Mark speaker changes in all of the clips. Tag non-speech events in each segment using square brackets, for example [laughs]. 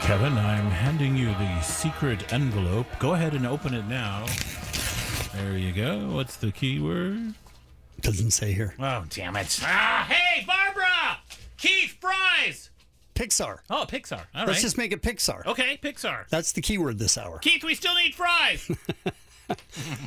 Speaker 1: Kevin, I'm handing you the secret envelope. Go ahead and open it now. There you go. What's the keyword?
Speaker 2: Doesn't say here.
Speaker 1: Oh, damn it. Ah, hey, Barbara! Keith Fries!
Speaker 2: Pixar.
Speaker 1: Oh, Pixar. All right.
Speaker 2: Let's just make it Pixar.
Speaker 1: okay, Pixar.
Speaker 2: That's the keyword this hour.
Speaker 1: Keith, we still need
Speaker 2: [laughs]
Speaker 1: fries.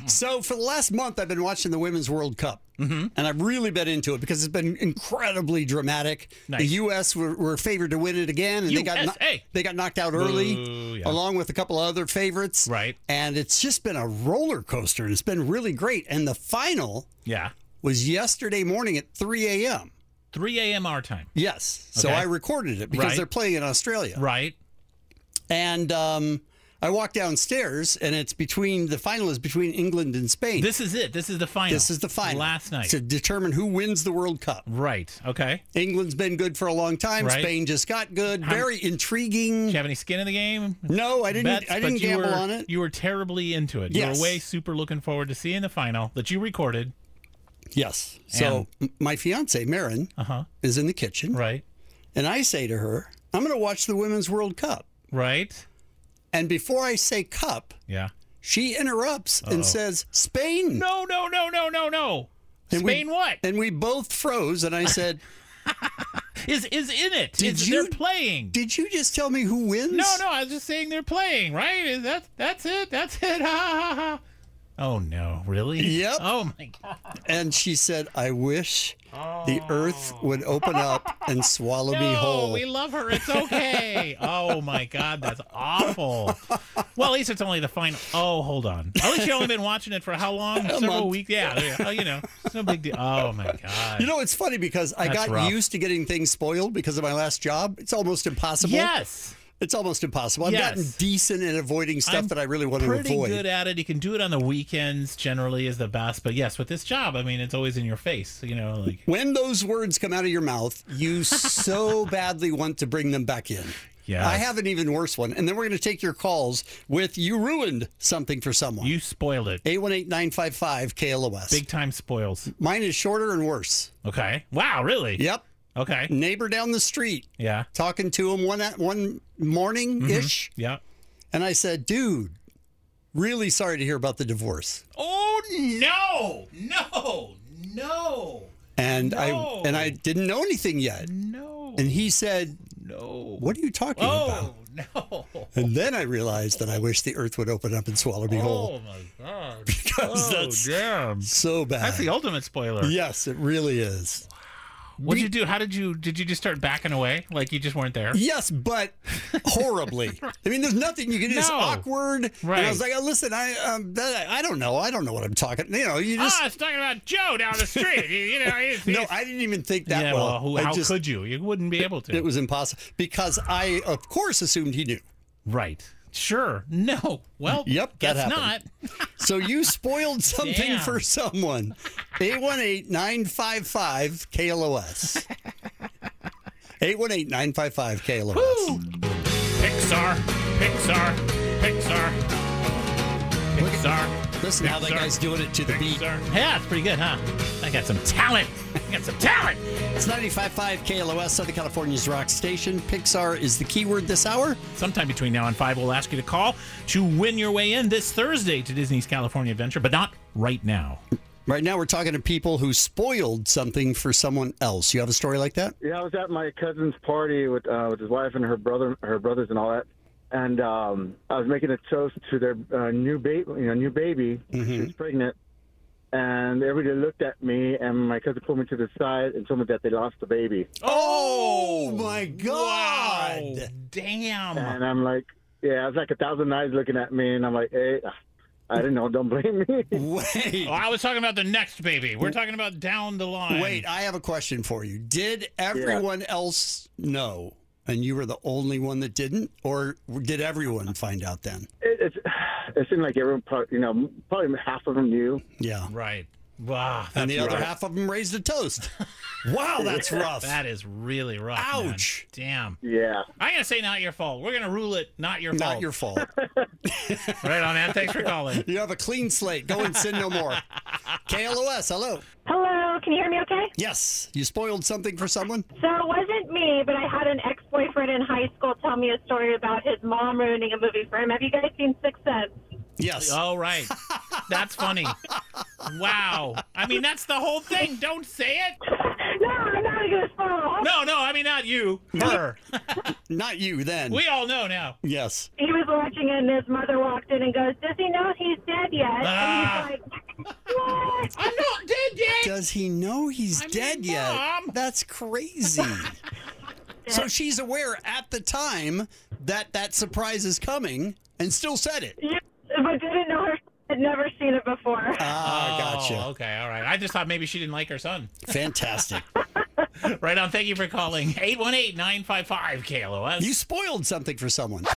Speaker 2: So for the last month, I've been watching the Women's World Cup,
Speaker 1: Mm-hmm.
Speaker 2: and I've really been into it because it's been incredibly dramatic. The
Speaker 1: Nice.
Speaker 2: U.S. were, were favored to win it again, and they got kno-
Speaker 1: USA.
Speaker 2: they got knocked out early,
Speaker 1: Boo, yeah.
Speaker 2: along with a couple of other favorites.
Speaker 1: Right.
Speaker 2: and it's just been a roller coaster, and it's been really great. And the final
Speaker 1: yeah.
Speaker 2: was yesterday morning at 3 a.m.
Speaker 1: 3 a.m. our time.
Speaker 2: Yes, so
Speaker 1: Okay.
Speaker 2: I recorded it because
Speaker 1: Right.
Speaker 2: they're playing in Australia.
Speaker 1: Right.
Speaker 2: And um, I walked downstairs, and it's between the final is between England and Spain.
Speaker 1: This is it. This is the final.
Speaker 2: This is the final.
Speaker 1: Last night.
Speaker 2: To determine who wins the World Cup.
Speaker 1: right. Okay.
Speaker 2: England's been good for a long time.
Speaker 1: Right. Um,
Speaker 2: Spain just got good. Very
Speaker 1: Do
Speaker 2: intriguing.
Speaker 1: you have any skin in the game?
Speaker 2: No, I didn't.
Speaker 1: Bets,
Speaker 2: I didn't
Speaker 1: but you
Speaker 2: gamble
Speaker 1: were-
Speaker 2: on it.
Speaker 1: You were terribly into it. You
Speaker 2: Yes.
Speaker 1: were way super looking forward to seeing the final that you recorded.
Speaker 2: yes. So m- my fiance Marin
Speaker 1: Uh-huh.
Speaker 2: is in the kitchen,
Speaker 1: Right.
Speaker 2: and I say to her, "I'm going to watch the Women's World Cup."
Speaker 1: Right.
Speaker 2: And before I say cup,
Speaker 1: Yeah.
Speaker 2: she interrupts and says, "Spain."
Speaker 1: No, no, no, no, no, no.
Speaker 2: And we-
Speaker 1: Spain what?
Speaker 2: And we both froze. And I said,
Speaker 1: Is is in it.
Speaker 2: Did
Speaker 1: Is-
Speaker 2: you-
Speaker 1: they're playing.
Speaker 2: "Did you just tell me who wins?"
Speaker 1: no, no, I was just saying they're playing, right? Is that that's it. That's it. [laughs] Ha ha ha. ha. Oh no, really?
Speaker 2: Yep.
Speaker 1: Oh my god.
Speaker 2: And she said, "I wish the Earth would open up
Speaker 1: [laughs]
Speaker 2: and swallow me
Speaker 1: Oh. No,
Speaker 2: whole."
Speaker 1: Oh, we love her. It's okay. [laughs] oh my God, that's awful. Well, at least it's only the final. Oh, hold on. At least you've only been watching it for how
Speaker 2: [laughs]
Speaker 1: long? Several
Speaker 2: month.
Speaker 1: weeks. Yeah. yeah. Oh, you know, it's no big deal. Oh my God.
Speaker 2: You know, it's funny because I
Speaker 1: That's
Speaker 2: got
Speaker 1: rough.
Speaker 2: used to getting things spoiled because of my last job. It's almost impossible.
Speaker 1: yes.
Speaker 2: It's almost impossible. I've
Speaker 1: Yes.
Speaker 2: gotten decent at avoiding stuff
Speaker 1: I'm
Speaker 2: that I really want to
Speaker 1: Pretty
Speaker 2: avoid.
Speaker 1: good at it. You can do it on the weekends. Generally, is the best. But yes, with this job, I mean, it's always in your face. You know, like
Speaker 2: when those words come out of your mouth,
Speaker 1: [laughs]
Speaker 2: you so badly want to bring them back in.
Speaker 1: Yes.
Speaker 2: I have an even worse one. And then we're going to take your calls with you ruined something for someone.
Speaker 1: you spoiled it.
Speaker 2: 818955 KLOS.
Speaker 1: Big time spoils.
Speaker 2: Mine is shorter and worse.
Speaker 1: Okay. Wow. Really?
Speaker 2: Yep.
Speaker 1: Okay.
Speaker 2: Neighbor down the street
Speaker 1: Yeah.
Speaker 2: talking to him one one morning ish.
Speaker 1: Yeah.
Speaker 2: And I said, dude, really sorry to hear about the divorce.
Speaker 1: Oh no! No! No!
Speaker 2: And
Speaker 1: No.
Speaker 2: I and I didn't know anything yet.
Speaker 1: No!
Speaker 2: And he said,
Speaker 1: No.
Speaker 2: What are you talking about?
Speaker 1: Oh no.
Speaker 2: And then I realized that I wish the earth would open up and swallow me whole.
Speaker 1: Oh my
Speaker 2: [laughs]
Speaker 1: god. oh
Speaker 2: that's-
Speaker 1: damn.
Speaker 2: So bad.
Speaker 1: That's the ultimate spoiler.
Speaker 2: yes, it really is.
Speaker 1: What'd you do? How did you did you just start backing away? Like you just weren't there?
Speaker 2: Yes, but
Speaker 1: [laughs]
Speaker 2: horribly. I mean, there's nothing you can do. It's
Speaker 1: No.
Speaker 2: awkward. And I was
Speaker 1: Right.
Speaker 2: like, oh, listen, I um, that, I don't know. I don't know what I'm talking. You know, you
Speaker 1: Ah,
Speaker 2: just
Speaker 1: I was talking about Joe down the street. you, you
Speaker 2: [laughs]
Speaker 1: know, he's,
Speaker 2: no.
Speaker 1: he's-
Speaker 2: I didn't even think that
Speaker 1: yeah,
Speaker 2: well.
Speaker 1: well, who,
Speaker 2: I
Speaker 1: how
Speaker 2: just-
Speaker 1: could you? You wouldn't be able to.
Speaker 2: It was impossible because I, of course, assumed he knew.
Speaker 1: right. Sure. No. Well,
Speaker 2: [laughs] Yep, that
Speaker 1: guess not.
Speaker 2: happened.
Speaker 1: [laughs]
Speaker 2: So you spoiled something
Speaker 1: Damn.
Speaker 2: for someone. 818-955-KLOS. 818-955-KLOS.
Speaker 1: Pixar, Pixar, Pixar, Pixar.
Speaker 2: Listen how that
Speaker 1: Pixar,
Speaker 2: guy's doing it to the beat.
Speaker 1: Pixar. Yeah, it's pretty good, huh? I got some talent. I got some talent.
Speaker 2: It's 95.5 KLOS, Southern California's rock station. Pixar is the keyword this hour.
Speaker 1: Sometime between now and five, we'll ask you to call to win your way in this Thursday to Disney's California Adventure, but not right now.
Speaker 2: Right now, we're talking to people who spoiled something for someone else. You have a story
Speaker 1: [laughs]
Speaker 2: like that?
Speaker 3: Yeah, I was at my cousin's party with uh, with his wife and her brother, her brothers, and all that. And um, I was making a toast to their uh, new baby, you know, new baby. She was pregnant, and everybody looked at me. And my cousin pulled me to the side and told me that they lost the baby.
Speaker 2: Oh, my God.
Speaker 1: Wow, damn.
Speaker 3: And I'm like, yeah, it's like a thousand eyes looking at me, and I'm like, hey, I didn't know. Don't blame me. [laughs]
Speaker 2: Wait.
Speaker 1: Oh, I was talking about the next baby. We're talking about down the line.
Speaker 2: Wait, I have a question for you. Did everyone else know, and you were the only one that didn't, or did everyone find out then?
Speaker 3: It, it's, [sighs] it seemed like everyone, pro- you know, probably half of them knew.
Speaker 2: Yeah.
Speaker 1: Right. Wow. That's
Speaker 2: And the other
Speaker 1: rough.
Speaker 2: half of them raised a toast. wow,
Speaker 1: [laughs]
Speaker 2: that's rough.
Speaker 1: That is really rough. man.
Speaker 2: Ouch.
Speaker 1: Damn.
Speaker 3: Yeah.
Speaker 1: I'm gonna say not your fault. We're gonna rule it not your fault.
Speaker 2: Not your fault.
Speaker 1: [laughs] right on that. Thanks for
Speaker 2: [laughs]
Speaker 1: calling.
Speaker 2: You have a clean slate. Go and sin
Speaker 1: [laughs]
Speaker 2: no more. KLOS, hello.
Speaker 4: Hello, can you hear me okay?
Speaker 2: Yes, you spoiled something for someone?
Speaker 4: So it wasn't me, but I had an ex boyfriend boyfriend in high school tell me a story about his mom ruining a movie for him. Have you guys seen Sixth Sense? [laughs]
Speaker 2: Yes.
Speaker 1: Oh, right. That's funny. Wow. I mean, that's the whole thing. Don't say it.
Speaker 4: No, I'm not going to spoil the whole
Speaker 1: No, no. I mean, not you. Her.
Speaker 2: Not you then.
Speaker 1: We all know now.
Speaker 2: yes.
Speaker 4: he was watching it, and his mother walked in and goes, "Does he know he's dead yet?"
Speaker 1: Ah.
Speaker 4: And he's like, "What?" [laughs]
Speaker 1: I'm not dead
Speaker 2: [laughs]
Speaker 1: yet.
Speaker 2: Does he know he's
Speaker 1: mean,
Speaker 2: dead yet?
Speaker 1: Mom. [laughs]
Speaker 2: That's crazy. so she's aware at the time that that surprise is coming and still said it.
Speaker 4: Yeah, but didn't know her. Had never seen it before.
Speaker 2: Ah,
Speaker 1: Oh,
Speaker 2: gotcha.
Speaker 1: okay. All right. I just thought maybe she didn't like her son.
Speaker 2: Fantastic.
Speaker 1: Right on. Thank you for calling. 818 955 KLOS.
Speaker 2: You spoiled something for someone.